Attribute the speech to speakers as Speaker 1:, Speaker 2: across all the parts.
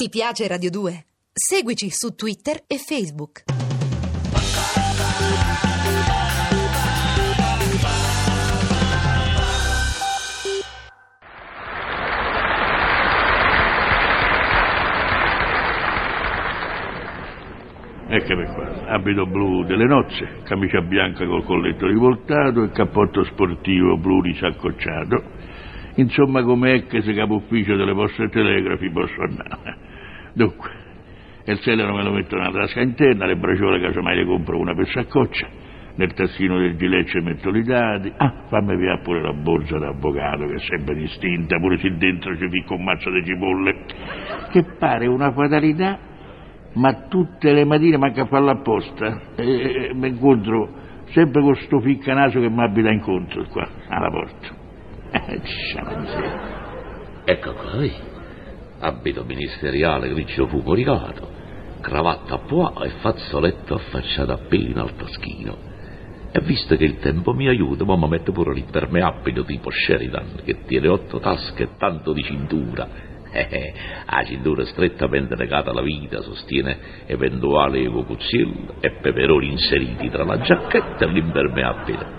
Speaker 1: Ti piace Radio 2? Seguici su Twitter e Facebook.
Speaker 2: Eccomi qua, abito blu delle nozze, camicia bianca col colletto rivoltato e cappotto sportivo blu risaccocciato. Insomma, come è che se capo ufficio delle poste e telegrafi posso andare? Dunque, e il sedano me lo metto nella tasca interna, le braciola casomai le compro una per saccoccia, nel tassino del gileccio metto i dati, ah, fammi via pure la borsa d'avvocato che è sempre distinta, pure se dentro ci ficco un mazzo di cipolle, che pare una fatalità ma tutte le mattine manca a farlo apposta. E, e, mi incontro sempre con sto ficcanaso che mi abita incontro qua, alla porta. Eh, c'è la miseria.
Speaker 3: Ecco qua, vedi? abito ministeriale grigio puporicato, cravatta a pois e fazzoletto affacciato appena al taschino. E visto che il tempo mi aiuta, mamma mette pure l'impermeabile tipo Sheridan, che tiene otto tasche e tanto di cintura. Eh, eh, la cintura strettamente legata alla vita sostiene eventuali cocuzzilli e peperoni inseriti tra la giacchetta e l'impermeabile.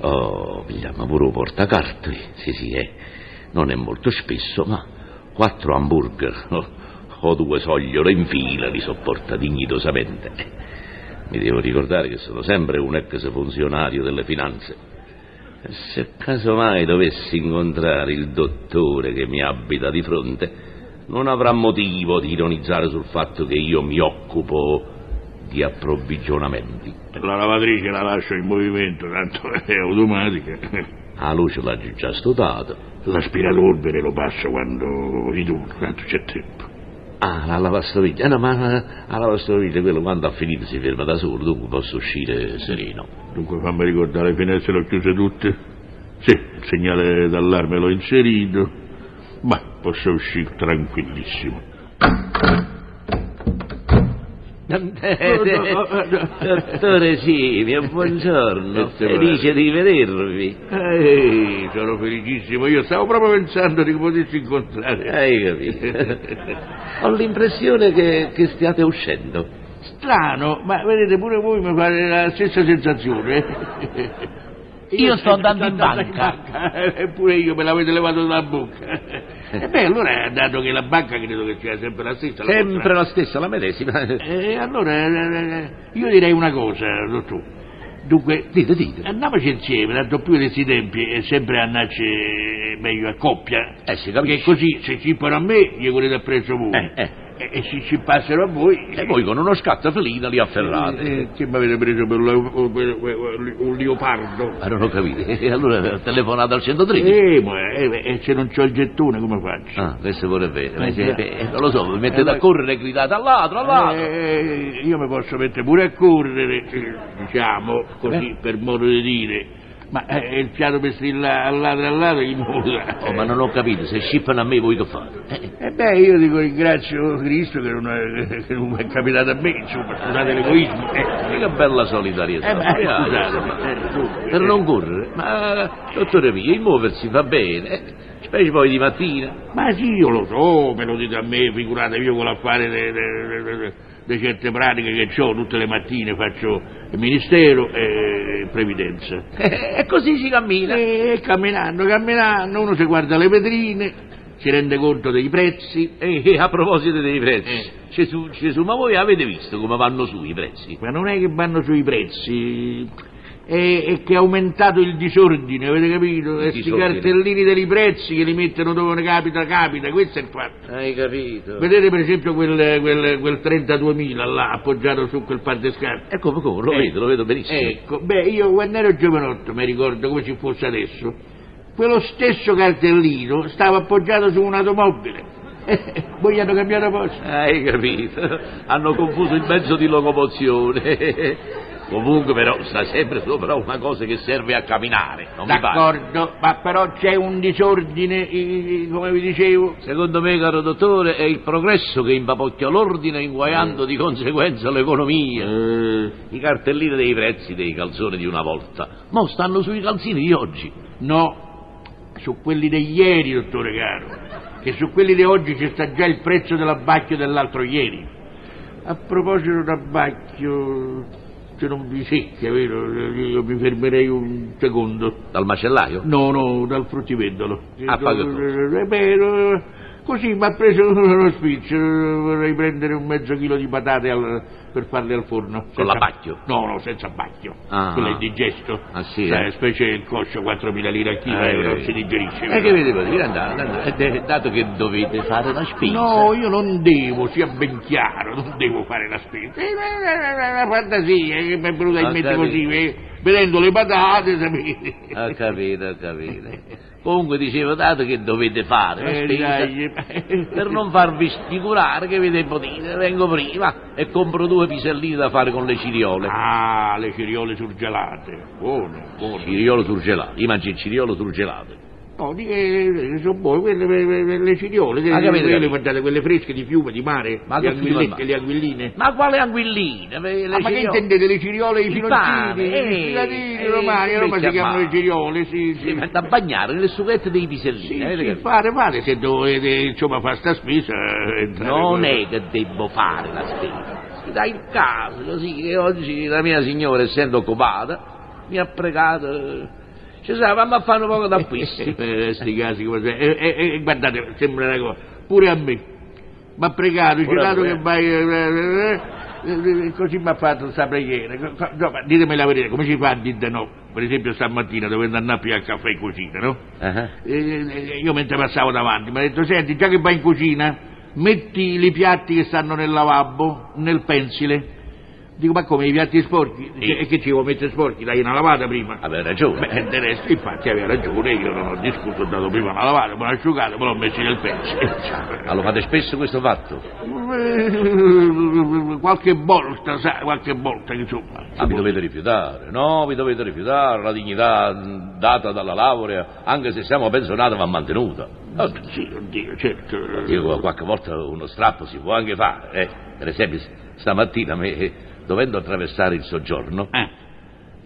Speaker 3: Oh, pigliamo pure un portacartoli, sì sì, eh. non è molto spesso, ma quattro hamburger oh, o due sogliole in fila li sopporta dignitosamente. Eh, Mi devo ricordare che sono sempre un ex funzionario delle finanze. Se casomai dovessi incontrare il dottore che mi abita di fronte, non avrà motivo di ironizzare sul fatto che io mi occupo di approvvigionamenti.
Speaker 2: La lavatrice la lascio in movimento, tanto è automatica.
Speaker 3: La luce l'ha già studiato.
Speaker 2: L'aspirapolvere lo passo quando ritorno, tanto c'è tempo.
Speaker 3: Ah, la lavastoviglie. Eh, no, ma la la lavastoviglie, quello quando ha finito si ferma da solo, dunque posso uscire sereno.
Speaker 2: Dunque fammi ricordare, le finestre le ho chiuse tutte. Sì, il segnale d'allarme l'ho inserito, ma posso uscire tranquillissimo.
Speaker 3: Dottore Simio, buongiorno.
Speaker 2: Grazie,
Speaker 3: Felice di vedervi.
Speaker 2: Ehi, sono felicissimo, io stavo proprio pensando di poterci incontrare.
Speaker 3: Hai capito? Ho l'impressione che, che stiate uscendo.
Speaker 2: Strano, ma vedete pure voi mi fate la stessa sensazione.
Speaker 4: Io sto andando in banca.
Speaker 2: banca, Eppure io me l'avete levato dalla bocca. E beh, allora, dato che la banca credo che sia sempre la stessa, la vostra-
Speaker 3: Sempre la stessa, la medesima.
Speaker 2: Eh, allora, eh, eh, io direi una cosa, dottore. Dunque,
Speaker 3: Dite, dite.
Speaker 2: andiamoci insieme, tanto più in questi tempi è sempre andarci eh, meglio a coppia.
Speaker 3: Eh, si
Speaker 2: Perché
Speaker 3: capisce.
Speaker 2: così, se cippano a me, gli volete appresso voi.
Speaker 3: Eh, eh.
Speaker 2: E, e se ci passano a voi...
Speaker 3: E voi con uno scatto felino li afferrate.
Speaker 2: Eh, che mi avete preso per lo- per- per- un leopardo?
Speaker 3: Ma Ah, non ho capito. E allora telefonate al 113.
Speaker 2: Eh, ma eh, eh, se non c'ho il gettone come faccio?
Speaker 3: Ah, questo pure è vero.
Speaker 2: Eh,
Speaker 3: Eh,
Speaker 2: già.
Speaker 3: eh, non lo so, vi mettete
Speaker 2: Eh, ma-
Speaker 3: a correre e gridate al ladro, al ladro.
Speaker 2: Eh, io mi posso mettere pure a correre, eh, diciamo, così
Speaker 3: Eh.
Speaker 2: per modo di dire, ma eh, il fiato per strillare al lato e al lato chi nulla.
Speaker 3: Oh, ma non ho capito, se scippano a me voi che fate? Eh,
Speaker 2: E beh, io dico ringrazio Cristo che non, è, che non è capitato a me, insomma, scusate l'egoismo. Eh,
Speaker 3: che bella solidarietà.
Speaker 2: eh, ma,
Speaker 3: Guardate,
Speaker 2: scusate,
Speaker 3: insomma.
Speaker 2: ma, eh, dunque,
Speaker 3: per
Speaker 2: eh,
Speaker 3: non correre. Ma, dottore Pia, il muoversi va bene, eh, specie poi di mattina.
Speaker 2: Ma sì, io lo so, me lo dite a me, figuratevi io con l'affare de- de- de- de- de certe pratiche che ho tutte le mattine, faccio il ministero e previdenza.
Speaker 3: Eh, E così si cammina.
Speaker 2: E camminando, camminando, uno si guarda le vetrine, si rende conto dei prezzi.
Speaker 3: E e Eh, a proposito dei prezzi,
Speaker 2: Eh.
Speaker 3: Gesù, Gesù, ma voi avete visto come vanno su i prezzi?
Speaker 2: Ma non è che vanno sui prezzi, è, è che è aumentato il disordine, avete capito? E questi
Speaker 3: disordine.
Speaker 2: cartellini dei prezzi che li mettono dove capita, capita, questo è il fatto.
Speaker 3: Hai capito.
Speaker 2: Vedete per esempio quel, quel, quel 32.000 là appoggiato su quel par di scarpe.
Speaker 3: Ecco, come, come, lo
Speaker 2: Eh.
Speaker 3: vedo, lo vedo benissimo.
Speaker 2: Ecco, beh, io quando ero giovanotto mi ricordo come ci fosse adesso. Quello stesso cartellino stava appoggiato su un'automobile. Poi gli hanno cambiato posto.
Speaker 3: Eh, Hai capito? Hanno confuso il mezzo di locomozione. Comunque però sta sempre sopra una cosa che serve a camminare, non mi pare.
Speaker 2: D'accordo, ma però c'è un disordine, eh, come vi dicevo.
Speaker 3: Secondo me, caro dottore, è il progresso che impapocchia l'ordine
Speaker 2: Eh.
Speaker 3: inguaiando di conseguenza l'economia. I cartellini dei prezzi dei calzoni di una volta, mo stanno sui calzini di oggi.
Speaker 2: No, su quelli di ieri, dottore caro. che su quelli di oggi ci sta già il prezzo dell'abbacchio dell'altro ieri. A proposito d'abbacchio, se non vi secca, vero? Io mi fermerei un secondo.
Speaker 3: Dal macellaio?
Speaker 2: No, no, dal fruttivendolo.
Speaker 3: Ah, paga tu.
Speaker 2: Eh, beh, eh, così mi ha preso uno spiccio. Vorrei prendere un mezzo chilo di patate al- per farle al forno.
Speaker 3: Con
Speaker 2: Senza-
Speaker 3: l'abbacchio?
Speaker 2: No, no, senza abbacchio.
Speaker 3: Ah.
Speaker 2: Quello è indigesto.
Speaker 3: Ah, sì,
Speaker 2: Sai,
Speaker 3: eh?
Speaker 2: specie il coscio 4.000 lire al chilo,
Speaker 3: Eh,
Speaker 2: eh, non
Speaker 3: eh.
Speaker 2: si digerisce.
Speaker 3: E
Speaker 2: vero?
Speaker 3: che vedete, potete andare, andate. Eh, dato che dovete fare una spesa.
Speaker 2: No, io non devo, sia ben chiaro, non devo fare la spesa. Eh, È una, una- una fantasia che mi è venuta in
Speaker 3: Ho
Speaker 2: mente
Speaker 3: capito.
Speaker 2: così, eh, vedendo le patate, sapete.
Speaker 3: Ho capito, ho capito. Comunque dicevo, dato che dovete fare la
Speaker 2: Eh,
Speaker 3: spesa,
Speaker 2: dai. eh.
Speaker 3: per non farvi sfigurare che vi devo dire, vengo prima e compro due piselline da fare con le ciriole.
Speaker 2: Ah, le ciriole surgelate, buone, buone.
Speaker 3: Ciriolo surgelato, io mangio il ciriolo surgelato.
Speaker 2: No, di che sono buone, quelle, quelle- quelle- le ciriole,
Speaker 3: Ah,
Speaker 2: quelle,
Speaker 3: capito,
Speaker 2: quelle,
Speaker 3: capito.
Speaker 2: guardate, quelle fresche di fiume, di mare,
Speaker 3: Ma
Speaker 2: le
Speaker 3: che fiume,
Speaker 2: anguillette,
Speaker 3: ma-
Speaker 2: le anguilline.
Speaker 3: Ma quale anguillina? Le
Speaker 2: Ah, ma che
Speaker 3: ciriole?
Speaker 2: intendete, le ciriole e i
Speaker 3: Il
Speaker 2: filoncini,
Speaker 3: pane, eh,
Speaker 2: i filatini
Speaker 3: eh,
Speaker 2: romani, a Roma si
Speaker 3: invece a
Speaker 2: chiamano le
Speaker 3: mare.
Speaker 2: ciriole, sì,
Speaker 3: Sì,
Speaker 2: sì.
Speaker 3: ma eh, da bagnare nelle sughette dei pisellini.
Speaker 2: Sì,
Speaker 3: avete
Speaker 2: sì,
Speaker 3: capito?
Speaker 2: fare, fare, se dovete, insomma, fare sta spesa... eh, entrare
Speaker 3: Non
Speaker 2: con-
Speaker 3: è che devo fare la spesa. Si dà il caso, così che oggi la mia signora, essendo occupata, mi ha pregato. eh, Ci sa, vamma a fare un poco d'acquisti.
Speaker 2: Eh, sti casi come se- eh, eh, eh, guardate, sembra una cosa, pure a me. Ma pregato, dice,
Speaker 3: Pure a
Speaker 2: dato
Speaker 3: voi.
Speaker 2: che vai. eh, eh, eh, eh, così mi ha fatto sta preghiera. Co- co- no, ma ditemi la verità, come si fa a dire di no? Per esempio stamattina dovendo andare a pigliare il caffè in cucina, no?
Speaker 3: Ah,
Speaker 2: Eh, eh, io mentre passavo davanti mi ha detto, senti, già che vai in cucina, metti i piatti che stanno nel lavabo, nel pensile. Dico, ma come i piatti sporchi?
Speaker 3: Sì.
Speaker 2: E che ci vuoi mettere sporchi? Dai una lavata prima.
Speaker 3: Aveva
Speaker 2: Beh,
Speaker 3: ragione.
Speaker 2: e del resto, infatti, aveva ragione, io non ho discusso, ho dato prima una lavata, poi l'ho asciugata, poi l'ho messo nel
Speaker 3: Ma
Speaker 2: pezzo.
Speaker 3: lo fate spesso questo fatto?
Speaker 2: Eh, Qualche volta, sa, qualche volta, insomma.
Speaker 3: Ah, vi dovete rifiutare, no, vi dovete rifiutare, la dignità mh, data dalla laurea, anche se siamo pensionati, va mantenuta. Oh,
Speaker 2: Ah, Sì, oddio, certo.
Speaker 3: Dico, qualche volta uno strappo si può anche fare. eh. Per esempio, s- stamattina, me, eh, dovendo attraversare il soggiorno,
Speaker 2: Eh,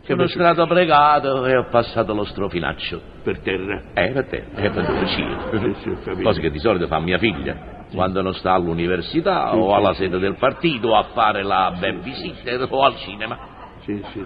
Speaker 2: che
Speaker 3: sono
Speaker 2: mi
Speaker 3: stato pregato e ho passato lo strofinaccio.
Speaker 2: per terra.
Speaker 3: Eh, per te, eh, per due
Speaker 2: Sì, sì, ho capito.
Speaker 3: Cosa che di solito fa mia figlia. Quando non sta all'università
Speaker 2: Sì,
Speaker 3: o
Speaker 2: sì,
Speaker 3: alla
Speaker 2: sì.
Speaker 3: sede del partito o a fare la babysitter o al cinema.
Speaker 2: Sì, sì,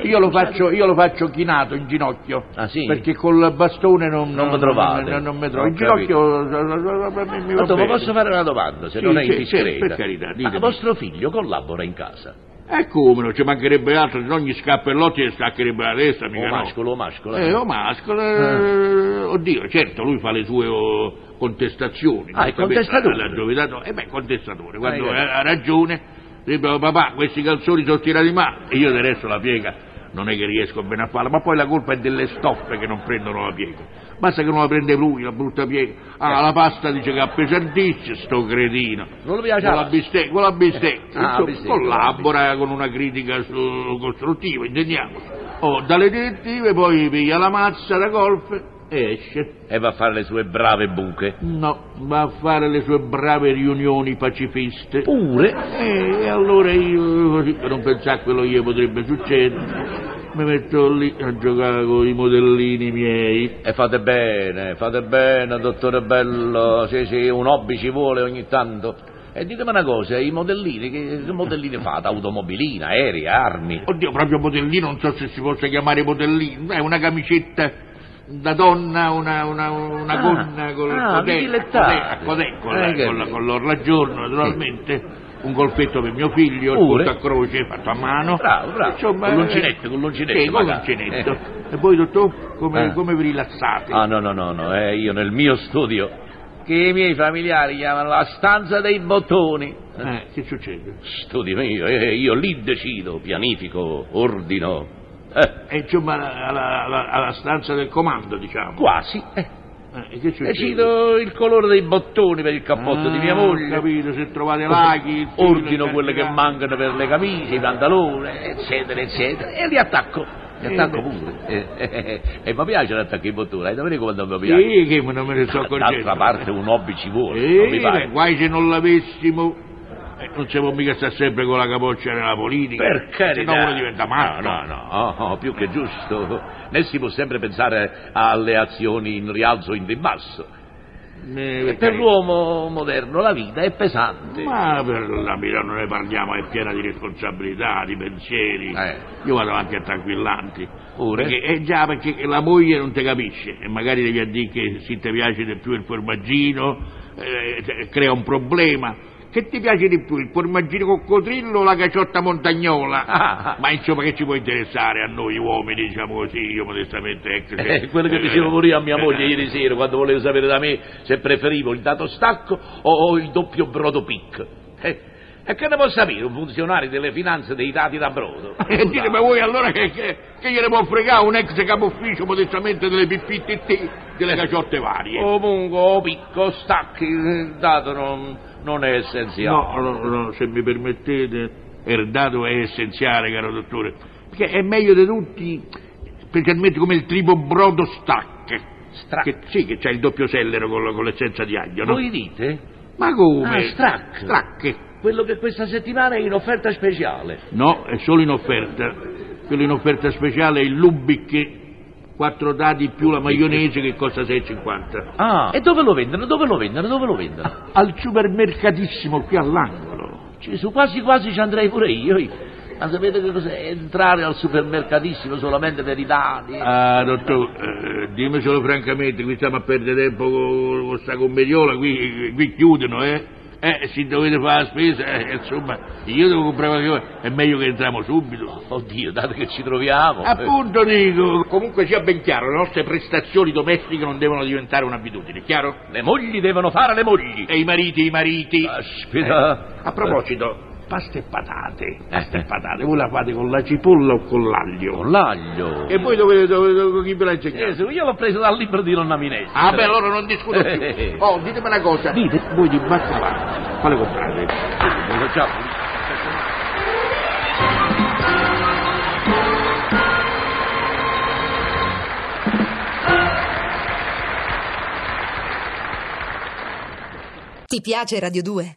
Speaker 2: sì. Io lo faccio, io lo faccio chinato in ginocchio.
Speaker 3: Ah, sì?
Speaker 2: Perché col bastone non,
Speaker 3: Non lo trovate.
Speaker 2: Non, non mi trovo. In
Speaker 3: Ho capito.
Speaker 2: ginocchio. mi- mi va
Speaker 3: Ma dopo
Speaker 2: bene.
Speaker 3: posso fare una domanda, se
Speaker 2: Sì,
Speaker 3: non è
Speaker 2: sì, sì,
Speaker 3: indiscreta.
Speaker 2: per carità,
Speaker 3: Ma
Speaker 2: ditemi.
Speaker 3: vostro figlio collabora in casa?
Speaker 2: E come non ci mancherebbe altro, se no gli scappellotti e staccherebbe la testa, mica
Speaker 3: O
Speaker 2: no.
Speaker 3: mascolo o mascola?
Speaker 2: Eh, o mascolo, eh, oddio, certo, lui fa le sue oh, contestazioni.
Speaker 3: Ah,
Speaker 2: giustamente,
Speaker 3: è contestatore.
Speaker 2: alla giovinata- eh beh, contestatore, quando
Speaker 3: capito.
Speaker 2: ha ha ragione, dice "Oh, papà, questi calzoni sono tirati male, e io del resto la piega non è che riesco bene a farla, ma poi la colpa è delle stoffe che non prendono la piega. Basta che non la prende lui, la brutta piega. Ah, la pasta dice che ha pesantizia, sto cretino.
Speaker 3: Eh. Non lo piace?
Speaker 2: Con la bistecca, con la bistecca.
Speaker 3: Ah,
Speaker 2: Insomma,
Speaker 3: bistecca,
Speaker 2: collabora con una critica su- costruttiva, intendiamoci. Oh, dalle direttive poi piglia la mazza da golf e esce.
Speaker 3: E va a fare le sue brave buche.
Speaker 2: No, va a fare le sue brave riunioni pacifiste.
Speaker 3: Uh. Pure
Speaker 2: Eh, E allora io, così per non pensare a quello che gli potrebbe succedere, mi metto lì a giocare con i modellini miei.
Speaker 3: E fate bene, fate bene, dottore Bello, sì, sì, un hobby ci vuole ogni tanto. E ditemi una cosa, i modellini, che, che modellini fate? Automobilina, aerei, armi?
Speaker 2: Oddio, proprio modellino, non so se si possa chiamare modellino, è una camicetta da donna, una, una, una
Speaker 3: Ah,
Speaker 2: gonna col
Speaker 3: ah,
Speaker 2: codè,
Speaker 3: vi
Speaker 2: codè,
Speaker 3: dilettate.
Speaker 2: codè, con,
Speaker 3: Eh,
Speaker 2: la-
Speaker 3: che-
Speaker 2: con la- con l'orlagiorno, naturalmente, un golfetto per mio figlio,
Speaker 3: Pure.
Speaker 2: tutto a croce, fatto a mano.
Speaker 3: Bravo, bravo,
Speaker 2: Insomma,
Speaker 3: con
Speaker 2: eh,
Speaker 3: l'uncinetto, con l'uncinetto
Speaker 2: Sì, con
Speaker 3: magari.
Speaker 2: l'uncinetto. E voi, dottor, come,
Speaker 3: Eh.
Speaker 2: come vi rilassate?
Speaker 3: Ah no, no, no, no, eh, io nel mio studio, che i miei familiari chiamano la stanza dei bottoni.
Speaker 2: Eh, che succede?
Speaker 3: Studio mio, eh, io lì decido, pianifico, ordino, eh,
Speaker 2: Eh, insomma, alla, alla- alla stanza del comando, diciamo.
Speaker 3: quasi. eh.
Speaker 2: Eh, che succede?
Speaker 3: Decido il colore dei bottoni per il cappotto di mia
Speaker 2: Ah,
Speaker 3: moglie.
Speaker 2: capito, se trovate laghi... il filo,
Speaker 3: ordino
Speaker 2: il
Speaker 3: quelle che
Speaker 2: cartilaggio.
Speaker 3: mancano per le camicie, i pantaloni, eccetera, eccetera, e li attacco. Li
Speaker 2: Eh,
Speaker 3: attacco
Speaker 2: beh.
Speaker 3: pure. Eh, eh, eh, E mi piace l'attacco in bottura, e davvero quando mi piace.
Speaker 2: Sì, che non me ne sto accorgendo.
Speaker 3: D'altra parte un hobby ci vuole, non mi
Speaker 2: Sì, beh,
Speaker 3: pare.
Speaker 2: guai se non l'avessimo. Eh, non si può mica stare sempre con la capoccia nella politica.
Speaker 3: Per carità.
Speaker 2: Se no uno diventa matto.
Speaker 3: No, no, no, oh, oh, più che giusto. Né si può sempre pensare alle azioni in rialzo o in ribasso.
Speaker 2: Eh,
Speaker 3: E per l'uomo moderno la vita è pesante.
Speaker 2: Ma per la Milano ne parliamo, è piena di responsabilità, di pensieri.
Speaker 3: Eh.
Speaker 2: Io vado anche a tranquillanti.
Speaker 3: Pure?
Speaker 2: Perché, eh già, perché la moglie non ti capisce e magari devi a dire che se ti piace di più il formaggino, eh, te- crea un problema. Che ti piace di più, il formaggino coccodrillo o la caciotta montagnola?
Speaker 3: Ah.
Speaker 2: Ma insomma che ci può interessare a noi uomini, diciamo così, io modestamente... Ecco, se-
Speaker 3: Eh, quello che
Speaker 2: eh,
Speaker 3: dicevo pure io a mia
Speaker 2: eh,
Speaker 3: moglie ieri sera quando volevo sapere da me se preferivo il dato stacco o, o il doppio brodo pic. Eh, e che ne può sapere un funzionario delle finanze dei dati da brodo?
Speaker 2: E dite, ma voi allora che, che, che gliene può fregare un ex capo ufficio modestamente delle PPTT, delle caciotte varie?
Speaker 3: Comunque, o picco, stacchi, il dato non, non è essenziale.
Speaker 2: No, no, no, se mi permettete, il dato è essenziale, caro dottore, perché è meglio di tutti, specialmente come il tribo brodo stack.
Speaker 3: Strac-
Speaker 2: Che, sì, che c'è il doppio sellero con, la- con l'essenza di aglio, no?
Speaker 3: Voi dite?
Speaker 2: Ma come?
Speaker 3: Ah, strac.
Speaker 2: Strac.
Speaker 3: Quello che questa settimana è in offerta speciale.
Speaker 2: No, è solo in offerta. Quello in offerta speciale è il Lubic, quattro dadi più la maionese che costa 6,50.
Speaker 3: Ah, e dove lo vendono? Dove lo vendono? Dove lo vendono?
Speaker 2: al supermercatissimo qui all'angolo.
Speaker 3: Gesù, quasi quasi ci andrei pure io. Ma sapete che cos'è? Entrare al supermercatissimo solamente per i dati.
Speaker 2: Ah, dottore, eh, dimmi solo francamente, qui stiamo a perdere tempo con questa commediola, qui, qui chiudono, eh? Eh, se dovete fare la spesa, eh, insomma, io devo comprare qualcosa, è meglio che entriamo subito.
Speaker 3: Oddio, dato che ci troviamo.
Speaker 2: Appunto dico, comunque sia ben chiaro, le nostre prestazioni domestiche non devono diventare un'abitudine, chiaro?
Speaker 3: Le mogli devono fare le mogli.
Speaker 2: E i mariti, i mariti. Eh,
Speaker 3: Aspetta.
Speaker 2: A proposito, pasta e patate, pasta
Speaker 3: Eh.
Speaker 2: e patate, voi la fate con la cipolla o con l'aglio?
Speaker 3: Con l'aglio.
Speaker 2: E voi dove, dove, dove chi ve l'ha insegnato?
Speaker 3: Gesù, io l'ho preso dal libro di Nonna Minestra.
Speaker 2: Ah beh, allora non discuto
Speaker 3: Eh.
Speaker 2: più. Oh, ditemi una cosa. Dite, voi di baccalà, quale comprate?
Speaker 3: Lo facciamo.
Speaker 1: Ti piace Radio 2?